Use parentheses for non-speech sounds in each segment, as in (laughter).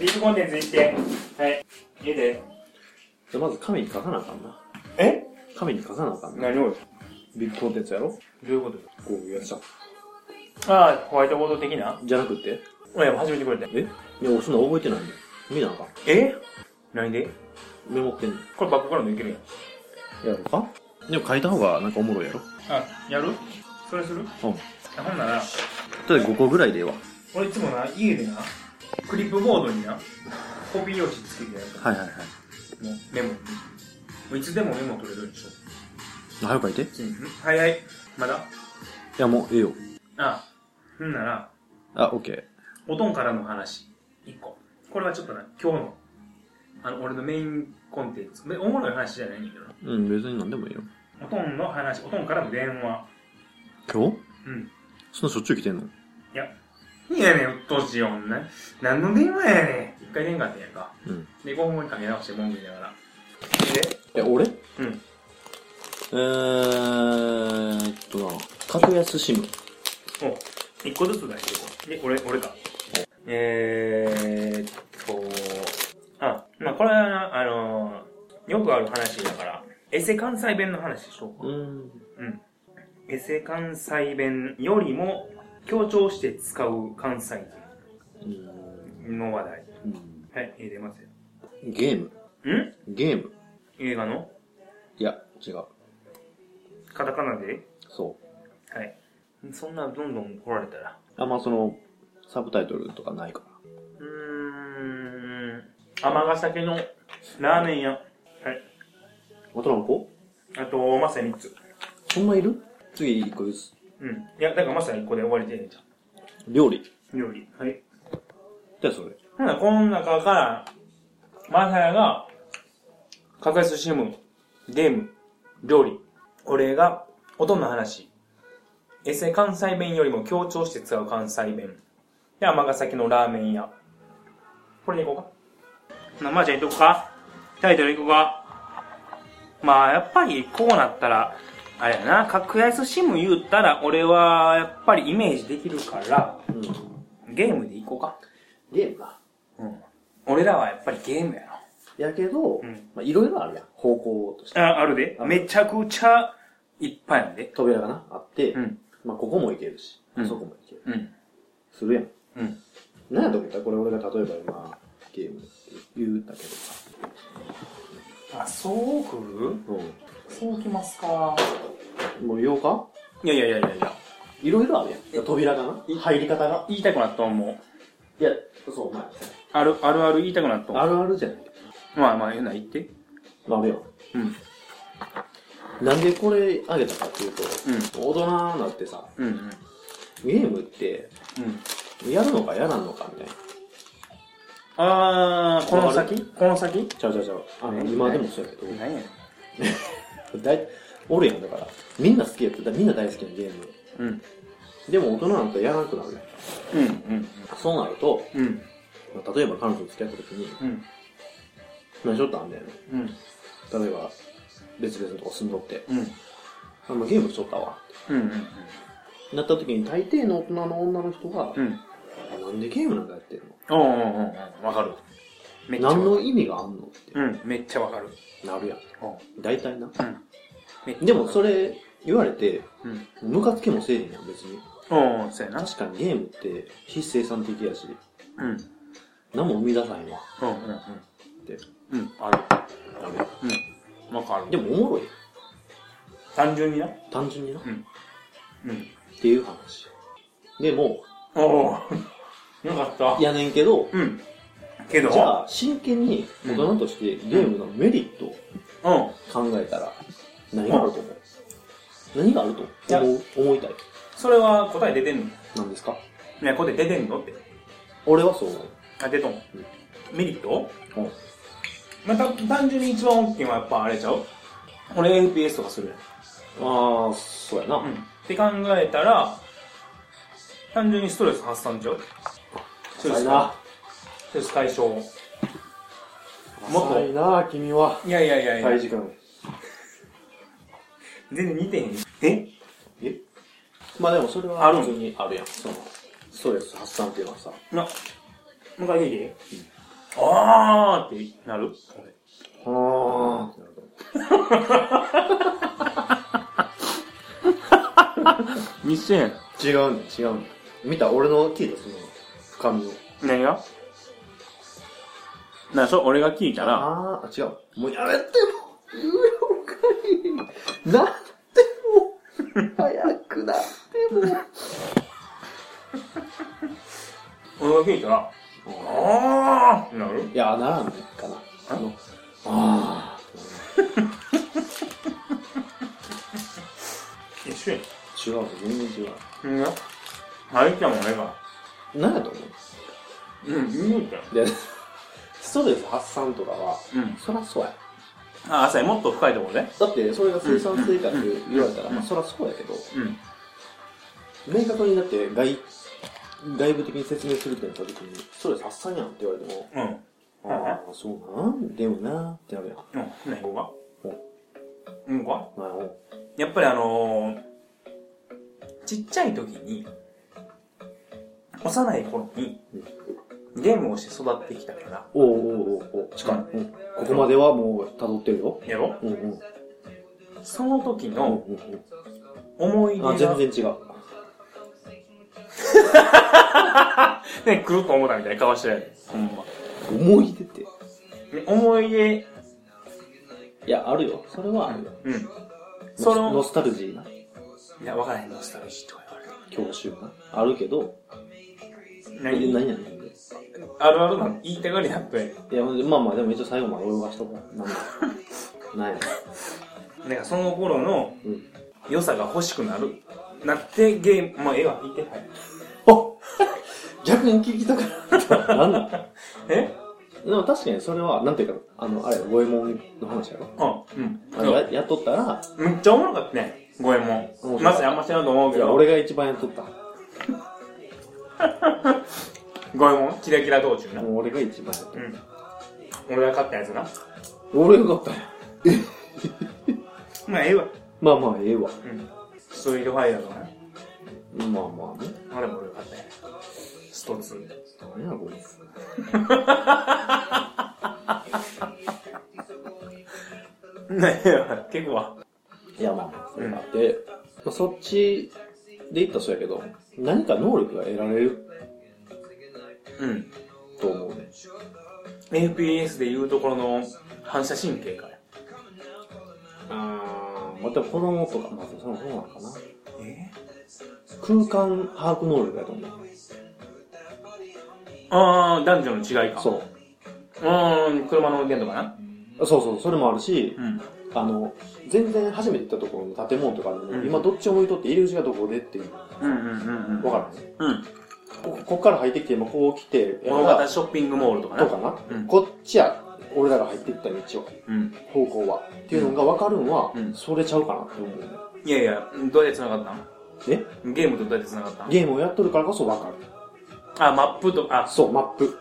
ビーフコンテンツ行って。はい。家で。じゃあまず紙に書かなあかんな。え紙に書かなあかんな。何をどビッグコンテンツやろういうことですこういうやつじゃん。かああ、ホワイトボード的なじゃなくていや、初めてくれて。えいや、俺そんな覚えてないねん。見なあかん。え何でメモってんねん。これバックから抜けるやん。やろうかでも書いた方がなんかおもろいやろあ、やるそれするうん。あほんなら、ただ5個ぐらいでええわ。俺いつもな、家でな、クリップボードにな、コピー用紙つけてやるから。はいはいはい。もうメモに。もういつでもメモ取れるでしょ。早く書いて。いうん早い。まだやもうええよ。あほんなら、あ、オッケー。おとんからの話。一個。これはちょっとな、今日の、あの、俺のメインコンテンツ。めおもろい話じゃないんだけどな。うん、別に何でもいいよ。おとんの話、おとんからの電話。今日うん。そんなしょっちゅう来てんのいや、いやねん、うっとうしい女。何の電話やねん。一回電話あったやんか。うん。で、5分後にかけ直して文句言いながら。え、俺で、うん。えーっとな、格安シム。お、一個ずつ出していこう。で、俺、俺か。えーっと、あ、まあこれはな、あのーよくある話だから、エセ関西弁の話でしょうか。ん。うん。エセ関西弁よりも、強調して使う関西うん。人の話題。はい、えー出ますよ。ゲーム。んゲーム。映画のいや、違う。カタカナでそう。はい。そんなどんどん来られたら。あんまその、サブタイトルとかないかうーん。尼崎のラーメン屋。はい。ら。あと何個あと、まさに3つ。そんないる次一個ずつ。うん。いや、だからまさにこれ終わりでええんじゃ料理。ん。料理。はい。じゃあそれ。ほな、この中から、マサヤが、格安シム、ゲーム、料理。これが、音の話。エセ関西弁よりも強調して使う関西弁。で、尼崎のラーメン屋。これでいこうか。ほな、まー、ちゃんいっとこか。タイトルいこうか。まあ、やっぱりこうなったら、あれやな、格安シム言ったら、俺は、やっぱりイメージできるから、うん。ゲームでいこうか。ゲームか。うん俺らはやっぱりゲームやろ。やけんど、まあいろいろあるやん。方向として。あ、あるで。めちゃくちゃいっぱいやんで。扉がな、あって、うん。まあここもいけるし、うんあそこもいける。うん。するやん。うん。なんやと思ったこれ俺が例えば今、ゲームって言ったけどさ。あ、そう来るうそう来ますか。ん。もう言おうかいやいやいやいやいや。いろいろあるやん。いや扉がな。入り方が。言いたくなった思う。いや、そう、お前。ある、あるある言いたくなった思あるあるじゃない。う。まあまあ、言うな、言って。まあ、あれよ。うん。うんなんでこれあげたかっていうと、大人になってさ、。うんうん。ゲームって、うん。やるのかやらんのかみたいな。あー、この先この先ちゃうちゃうちゃう。あの、え今でもそうやけど、何やねん。だい、おるやん、だから。みんな好きやって、だみんな大好きなゲーム。うん。でも大人なんてやらなくなるやうん。んうん。そうなると、うん。まあ例えば彼女と付き合った時に、うん。まあちょっとあんだよね。うん。例えば、別々のとこ住んどって、うん。あ、まあゲームしとったわ。うん。うん。なった時に大抵の大人の女の人が、うん。あなんでゲームなんかやってんのおうんうんうん。わかる。めわか何るの意味があんのってうん、めっちゃわかる。なるや。うん大体な。んでもそれ、れ言われて、うん。ムカつけもせえへんやん、別に。おうん、そうやな。確かにゲームって非生産的やし、うん。うん、何も生み出さへんわうん、って。うん。うん、ある。ダメうん。わかる。で、もおもろい。単純にな。単純にな。っうん。うん。ていう話。でも、お (laughs) お。よかった。やねんけど、うん。けど、じゃあ真剣に大人としてゲームのメリットをうん。考えたら、何があると思う何があるいやと思う思いたいそれは答え出てんのなんですかね、答え出てんのって。俺はそう思う。あ、出とん。メリットうんまた、単純に一番大きいのはやっぱあれちゃう俺 FPS とかするやん。ああ、そうやな。うん。って考えたら、単純にストレス発散ちゃうストレ浅スいな。ストレス解消。もっと浅いな、君は。いやいやいやいや、大時間。全然似てへん。ええまあでもそれはあるん普通にあるやん。その、ストレス発散っていうのはさ。な、もう一回聞いて。あーってなるはあ。密接やな。違うね、違うね。見た俺の聞いた、その、深みを。何がな、そう、俺が聞いたら、あーあ、違う。もうやめてもう言うよ、おかに。なっても早くなっても俺が聞いたら、あーってなるいや、ならんねかな。あの、あ一緒やん。ー違う、全然違う。うんが入ったもん俺が。何やと思ううん、言うたよ。で、ストレス発散とかは、うん。そらそうや。あ、浅い、もっと深いところで。だって、それが生産性かって言われたら、うんまあ、そらそうやけど、うん。明確にだって外、外部的に説明するってなった時に、ストレス発散やんって言われても、うん。ああ、そうなんでもなってなるやん。うん。ね、こうかうんこまあ、おやっぱりあのー、ちっちゃい時に、幼い頃に、ゲームをして育ってきたから、おおうおうおうおう近い、うんここまではもう辿ってるよ。やろうんうん。その時うんのうんう思い出ん。あ、が、全然違う。ね、来ると思ったみたいな顔してるやつ。ほんま。思い出って。ね思い出、いや、あるよ。それはあるよ。うん。そノスノの、スタルジーな。いや、わからへんの、スタルジーとか言われて。教習な。あるけど、何何やねん。あるあるなの言いたがりなって。いや、ほんでまあまあ、でも一応最後まで泳がしとこう。 (laughs) なんだ。なんや。なんかその頃のうん。良さが欲しくなる。なってゲーム、まあ、ええわ、言って。はい。あ逆に聞きたくなった。なんだえでも確かにそれは、なんていうか、あの、あれ、五右衛門の話やろ。あ、うん。あれ、ややっとったら、めっちゃおもろかったね、五右衛うん門。まさにあんま知らんと思ういけや、ど、俺が一番やっとった。も五右衛門、キラキラ道中な。うう俺が一番やっとっん。た。俺が買ったやつな。俺よかったよ。まあ、ええわ。まあまあ、ええわ。うん。ストリートファイヤーとかね。まあまあね。あれも俺が買ったやつ。スト2。何やこいつ。ねえわ、結構は。いやまあまあ、それがあって、まあ、そっちで言ったらそうやけど、何か能力が得られるうん。と思うね。 FPS でいうところの反射神経かや。あー、また子供とか、まあそのそうなのかな。え空間把握能力だと思う。ああ、男女の違いか。そう。うーん、車の運転とかな。そうそう、それもあるし、うん。あの、全然初めて行ったところの建物とかでも、うん今どっちを向いとって入り口がどこでっていう、わうんうんうんうん。からない。うん。ここっから入ってきて、今こう来て、物やっぱ型ショッピングモールとかな。とかな、うんこっちや、俺らが入っていった道を、うん。方向は。っていうのが分かるんは、うんそれちゃうかなって思うね。いやいや、どうやって繋がったえんゲームとどうやって繋がったんゲームをやっとるからこそ分かる。あ、マップとか、あ、そう、マップ。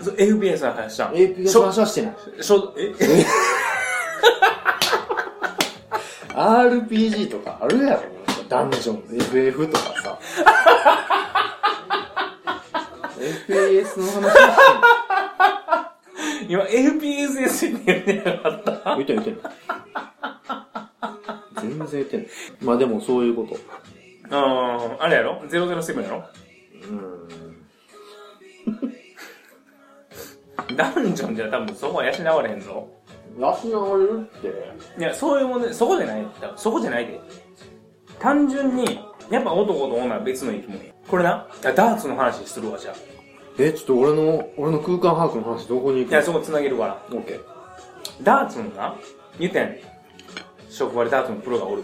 そう FPS の話したん。 APS しょの話はしてない。しょ、え RPG とかあるやろ、ダンジョン、FF とか (laughs) さ。FPS の話はして今ない。FPS ですって言ってなかった。言ってない言ってない。全然言ってない。まあでもそういうこ (laughs) と。うーん、あれやろ ?007 やろうん。ダンジョンじゃ多分そこは養われへんぞ。養われるって。いや、そういうもんね、そこじゃないよ多分そこじゃないで。単純に、やっぱ男と女は別の生き物やこれな、あダーツの話するわ、じゃあ。え、ちょっと俺の、俺の空間把握の話どこに行くいや、そこ繋げるから。オッケー。ダーツのな、言ってんねん。職場でダーツのプロがおる。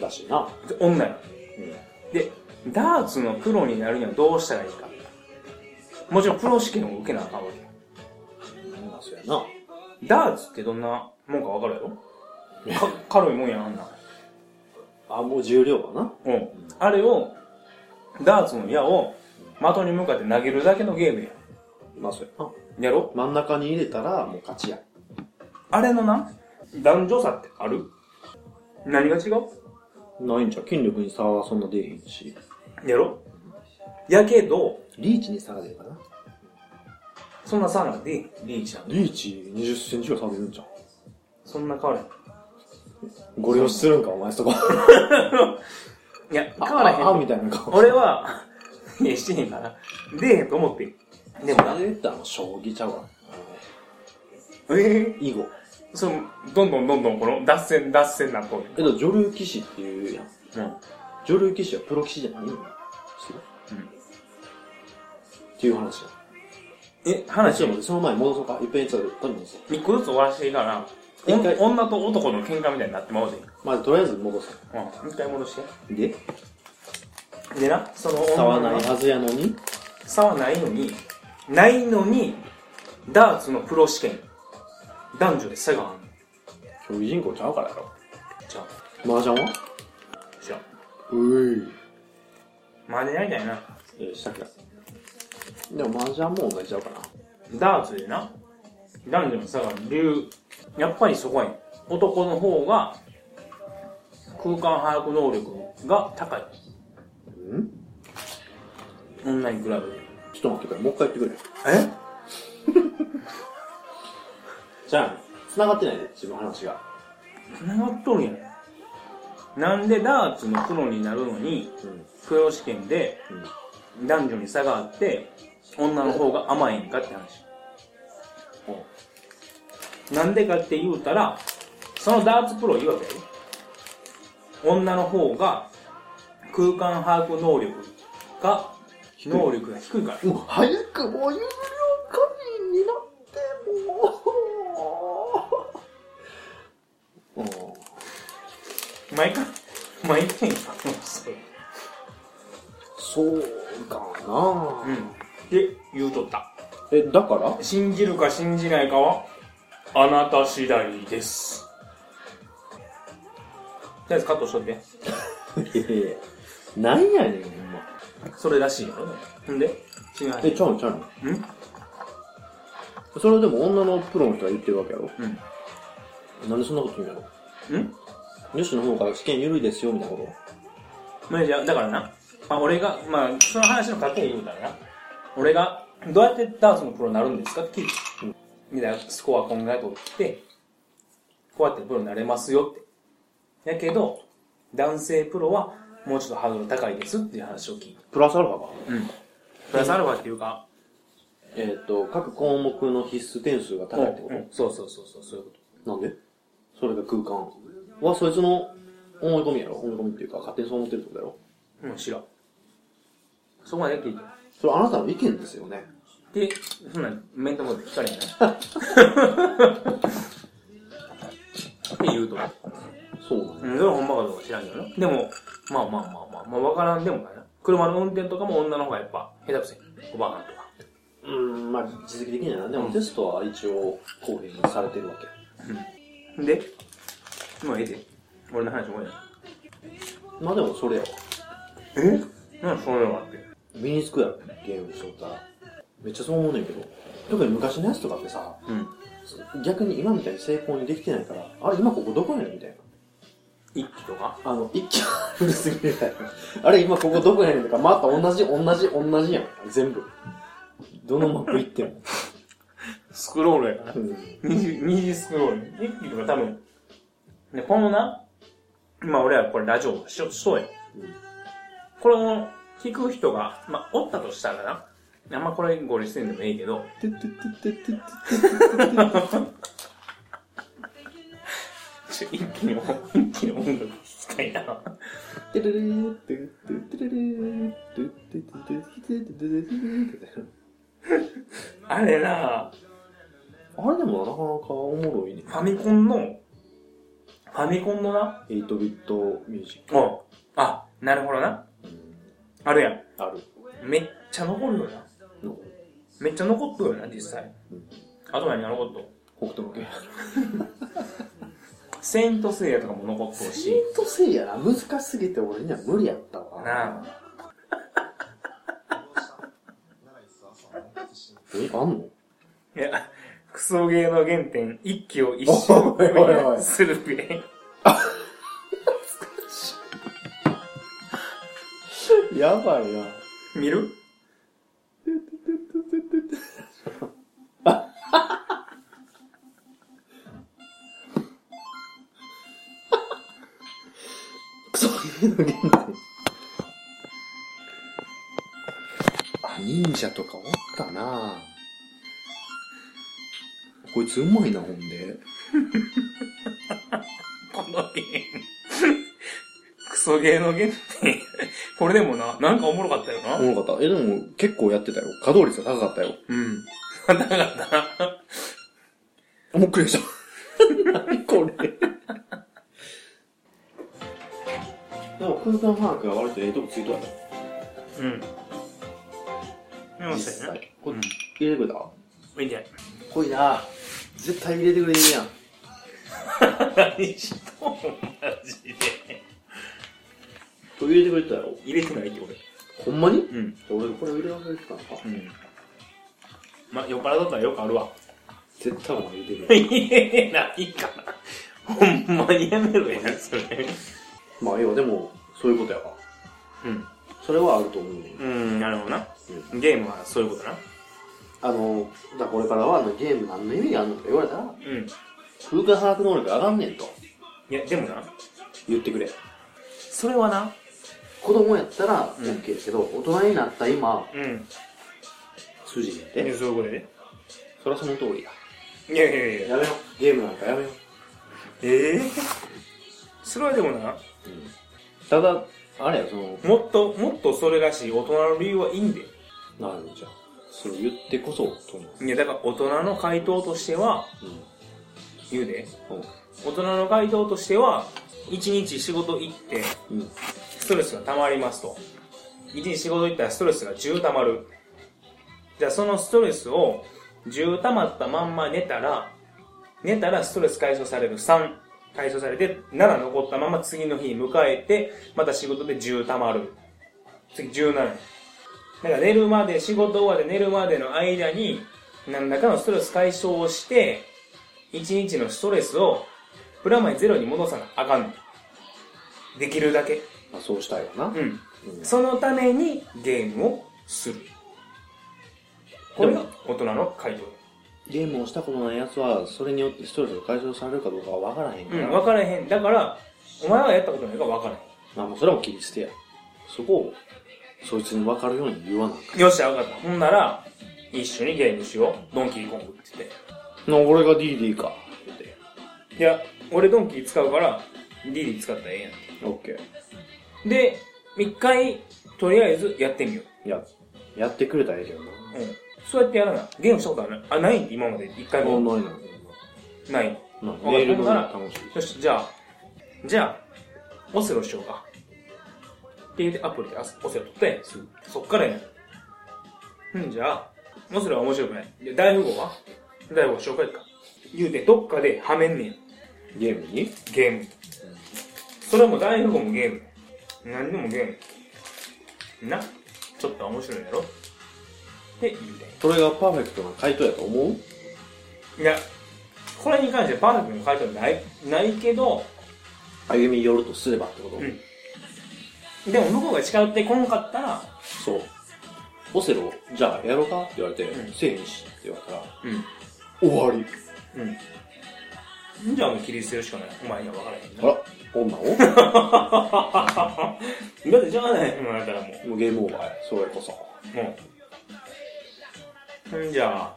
だしな。で女や。うん。で、ダーツのプロになるにはどうしたらいいか。もちろんプロ試験を受けなあかんわけや。まあそうやな。ダーツってどんなもんかわかるやろか、軽いもんやん、あんな。あ、もう重量はな。うん。あれを、ダーツの矢を的に向かって投げるだけのゲームや。まあそうやな。やろ真ん中に入れたらもう勝ちや。あれのな、男女差ってある何が違うないんちゃう筋力に差はそんな出えへんし。やろやけど、リーチに差が出るかな。そんな差なんで、リーチなんで。リーチ20センチぐらい差出るんじゃん。そんな変わらへん。ご利用するんか、お前そこ。いや、変わらへんああと。みたいな顔。俺は、いや、してへんから。出えへんと思ってん。でもな、で言ったらもう将棋ちゃうわ。えー、囲碁。そう、どんどんどんどんこの脱線脱線なっとる。え、でも女流棋士っていうやん。うん。女流棋士はプロ棋士じゃないの知ってるうんっていう話や。え、あち話ょをっと待って、その前に戻そうか。いっぺんやつは取り戻そう。一個ずつ終わらせていいから、お一回女と男の喧嘩みたいになってまうで。まあ、とりあえず戻そう。うん。一回戻して。ででな、その差は女ないのはずやのに、差はないのに、ないのに、ダーツのプロ試験、男女で差があんの。競技人口ちゃうからやろ。じゃあ、麻雀はじゃあ、うい。マネやりたいな。えー、したっけでも麻雀も同じちゃうかな。ダーツでな、男女の差がある理由、やっぱりそこやねん男の方が、空間把握能力が高い。ん女に比べて。ちょっと待ってくれ、もう一回言ってくれ。えじゃあ、繋がってないで、自分の話が。繋がっとるやん。なんでダーツのプロになるのに、うん。プロ試験で男女に差があって、女の方が甘いんかって話。なんでかって言うたら、そのダーツプロ言うわけやで。女の方が空間把握能力が、い能力が低いから。うん。もう早くもう有料会員になってもう。うん。毎回、毎回言うのそれそうかな、うん。って言うとった。え、だから (laughs) 信じるか信じないかは、あなた次第です。とりあえずカットしといて。いやいやなんやねん、ほんま。それらしいよ。ほんで違う。え、ちゃうのちゃうのうんそれでも女のプロの人が言ってるわけやろうん。なんでそんなこと言うんやろうん女子の方から試験緩いですよ、みたいなこまあ、じゃあだからな、まあ、俺が、まあ、その話の過程言うたらな、俺が、どうやってダーツのプロになるんですかって聞いて、みたいなスコア今回取って、こうやってプロになれますよって。やけど、男性プロは、もうちょっとハードル高いですっていう話を聞いて。と。プラスアルファか。うん。プラスアルファっていうか、えっ、と、各項目の必須点数が高いってこ。うんそうそうそうそう、そういうことなんでそれが空間は、そいつの思い込みやろ思い込みっていうか、勝手にそう思ってるってことやろと。うん、知らん。そこまで聞いて。それあなたの意見ですよね。で、そんなん、面と向かって聞かれへんな。って言うと思う。そうなんや。うん、それはほんまかどうか知らんけどな。でも、まあまあまあまあ、まあわからんでもないな。車の運転とかも女の方がやっぱ、下手くせおばあんとか。うん、まあ実績的にはな。でもテストは一応公平にされてるわけ。で、もうええで。俺の話もえまあでもそれやわ。えで。えなんでそういうのがあって。身につくやろ、ゲームしとったら。めっちゃそう思うねんけど。特に昔のやつとかってさ、うん。逆に今みたいに成功にできてないから、あれ今ここどこやねんみたいな。一気とか。あの、一気古すぎるみたいな。あれ今ここどこやねんとか、また同じ、同じ、同じやん。全部。どのマップ行っても。スクロールやから。うん二次、二次スクロール。一気とか多分。で、このな、今俺はこれラジオしよしそうやん。うんこれを聞く人が、まあ、おったとしたらな。あんまこれご理してんでもええけど、てってってってってってちょ一気に音、一気に音楽聴きたいな。てれれーってってってれれーってってってってってってってってってあれなあれでもなかなかおもろいね。ファミコンの、ファミコンのな、 8ビットミュージック。おあ、なるほどな。うんあるやん。あるめっちゃ残るよな。の。めっちゃ残っとるよな、実際。うんあと何が残っとる北斗の拳。セイントセイヤとかも残っとるシし、ートせいやな、難しすぎて俺には無理やったわ。なえ、あんのいや、クソゲーの原点、一気を一 (laughs) おいおいお生いするべ。やばいな。見るの原点。あ、忍者とかおったなこいつうまいな、ほんで。このゲーム。 (laughs) クソゲーのゲームって、これでもな、なんかおもろかったよおな。もろかった。え、でも結構やってたよ。稼働率が高かったよ。うん。だからな、もうクリアした。何これ。でも空間把握が割とええとこついとやな。うん。見ま実したよね。際。こうれん入れてくれた見て。濃いな絶対入れてくれるやん。何しとんマジで。これ入れてくれてたやろ。入れてないって俺。ほんまにうん。俺これ入れ忘れてたのか。うん。ま、酔っ払っとったらよくあるわ。絶対もう入れてくれる。言えないから。ほんまにやめろや、それ。まあ、要はでも、そういうことやわ。うん。それはあると思うねん。うん、なるほどな。ゲームはそういうことな。あの、だからこれからはあのゲーム何の意味があるのか言われたら、うん。空間把握能力上がんねんといや、でもな、言ってくれ。それはな、子供やったらうん OK やけど、大人になった今、うん。数字でそういて。うことでね。そりゃその通りや。いやいやいや。やめよう。ゲームなんかやめよう。ええそれはでもな、うん。ただ、あれや、その、もっと、もっとそれらしい大人の理由はいいんで。なるんじゃん。それ言ってこそ、と思う。いや、だから大人の回答としては、う言うで。ん。大人の回答としては、一日仕事行って、うん。うん。ストレスが溜まりますと。一日仕事行ったらストレスが10溜まる。じゃあそのストレスを10溜まったまんま寝たら、寝たらストレス解消される3解消されて、7残ったまま次の日迎えて、また仕事で10溜まる。次17。だから寝るまで、仕事終わり寝るまでの間に、何らかのストレス解消をして、一日のストレスをプラマイゼロに戻さなあかんの。できるだけ。まあ、そうしたいわな。うん。うんそのためにゲームをする。これが大人の回答。ゲームをしたことない奴は、それによってストレスが解消されるかどうかは分からへんうから。ん、分からへん。だから、お前はやったことないから分からまあもうそれはもう切り捨てや。そこを、そいつに分かるように言わなあかへん。よっしゃ、分かった。ほんなら、一緒にゲームしよう。ドンキーコングって言っん。な、俺が DD か。言って。て。いや、俺ドンキー使うから、リリー使ったらええやオッケん。で、一回、とりあえずやってみよー。や、やってくれたらええけどな。う。うん。そうやってやらな。ゲームしたことあるあ、ない今まで。一回もうも。ないな。ない。まああ、メールほのん方ながら楽しい。よし、じゃあ、じゃあ、オセロしようか。っていうアプリであオセロ取って、すそっからやねん。うん、じゃあ、オセロは面白くない。で、大富豪は大富豪紹介か。言うて、どっかではめんねん。ゲームにゲーム。それはもう大富豪もゲーム。何でもゲーム。な、ちょっと面白いやろって言うそれがパーフェクトな回答やと思うてん。いや、これに関してパーフェクトの回答ない、ないけど、歩み寄るとすればってこと、うんでも向こうが近寄ってこんかったら、そう。オセロ、じゃあやろうかって言われて、うんせえへんしって言われたら、うん。終わり。うん。じゃあもう切り捨てるしかない。お前には分からへん (laughs) な。あら、女をだってしょうがない。もうだからももうゲームオーバ (laughs) ーや。それこそ。う。もう。うんじゃあ、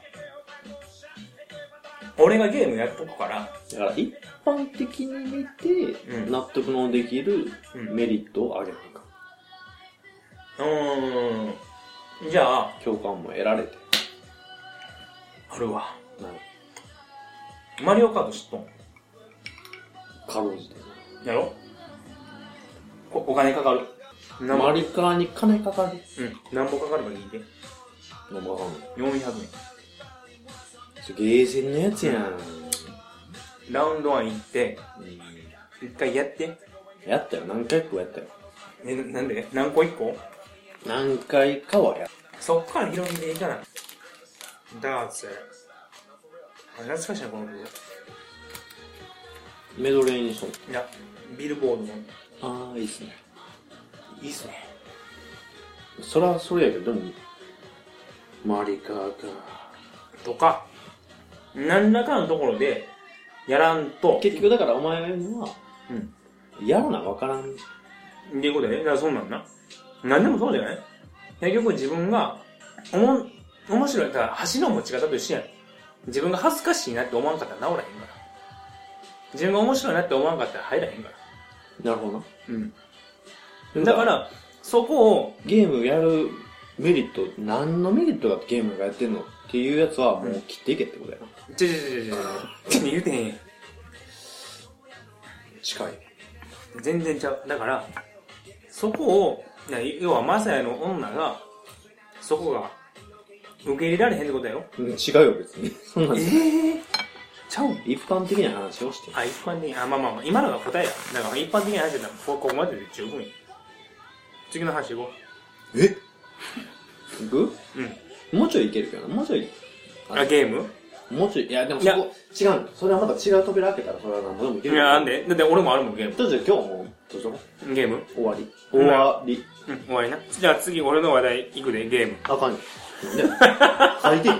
俺がゲームやっとくから、だから一般的に見て、うん納得のできるうん。うメリットを上げなあかんーん。じゃあ、共感も得られてあるわ。なんマリオカート知っとん。かろうじてやろおお金かかる。なんぼマリカーに金かかるうん。何本かかればいいで。のもかんない400それゲーセンのやつやん、円。ラウンドワン行って、一回やって。やったよ何回かやったよえ、ななんで何個一個何回かはやっそっから広げていかない。ダーツ。あ懐かしいな、この曲。メドレーにしとんいや、ビルボードの。ああいいっすねいいっすね。そらそれやけどでもマリカーかとか、何らかのところで、やらんと。結局だからお前はうん。やらなわからんっていうことで、だからそんなんな。何でもそうじゃない結局自分が、おも、面白い。だから、橋の持ち方と一緒やん。自分が恥ずかしいなって思わんかったら治らへんから。自分が面白いなって思わんかったら入らへんから。なるほど。うん。だから、そこを、ゲームやるメリット、何のメリットがあってゲームがやってんのっていうやつはもう切っていけってことやな。ちょちょちょちょちょ、言うてへんやん。近い。全然ちゃうだからそこをいや要はマサヤの女がそこが受け入れられへんってことだようん違うよ、別に。そんなんええちゃうん一般的な話をしてる。あ一般的にあまあまあまあ今のが答えやだから一般的な話だこここまでで十分や次の話行こえいくううんもうちょいいけるけどな。もうちょい。あゲームもうちょい、いや、でもいそやこ、違うの。それはまた違う扉開けたら、それは何ぼでもいいけやる。なんでだって俺もあるもんゲームとりあえず今日もう、どうしようゲーム終わり。うん終わり。うん終わりなじゃあ次俺の話題いくでゲームあかんよ。ね。書いていい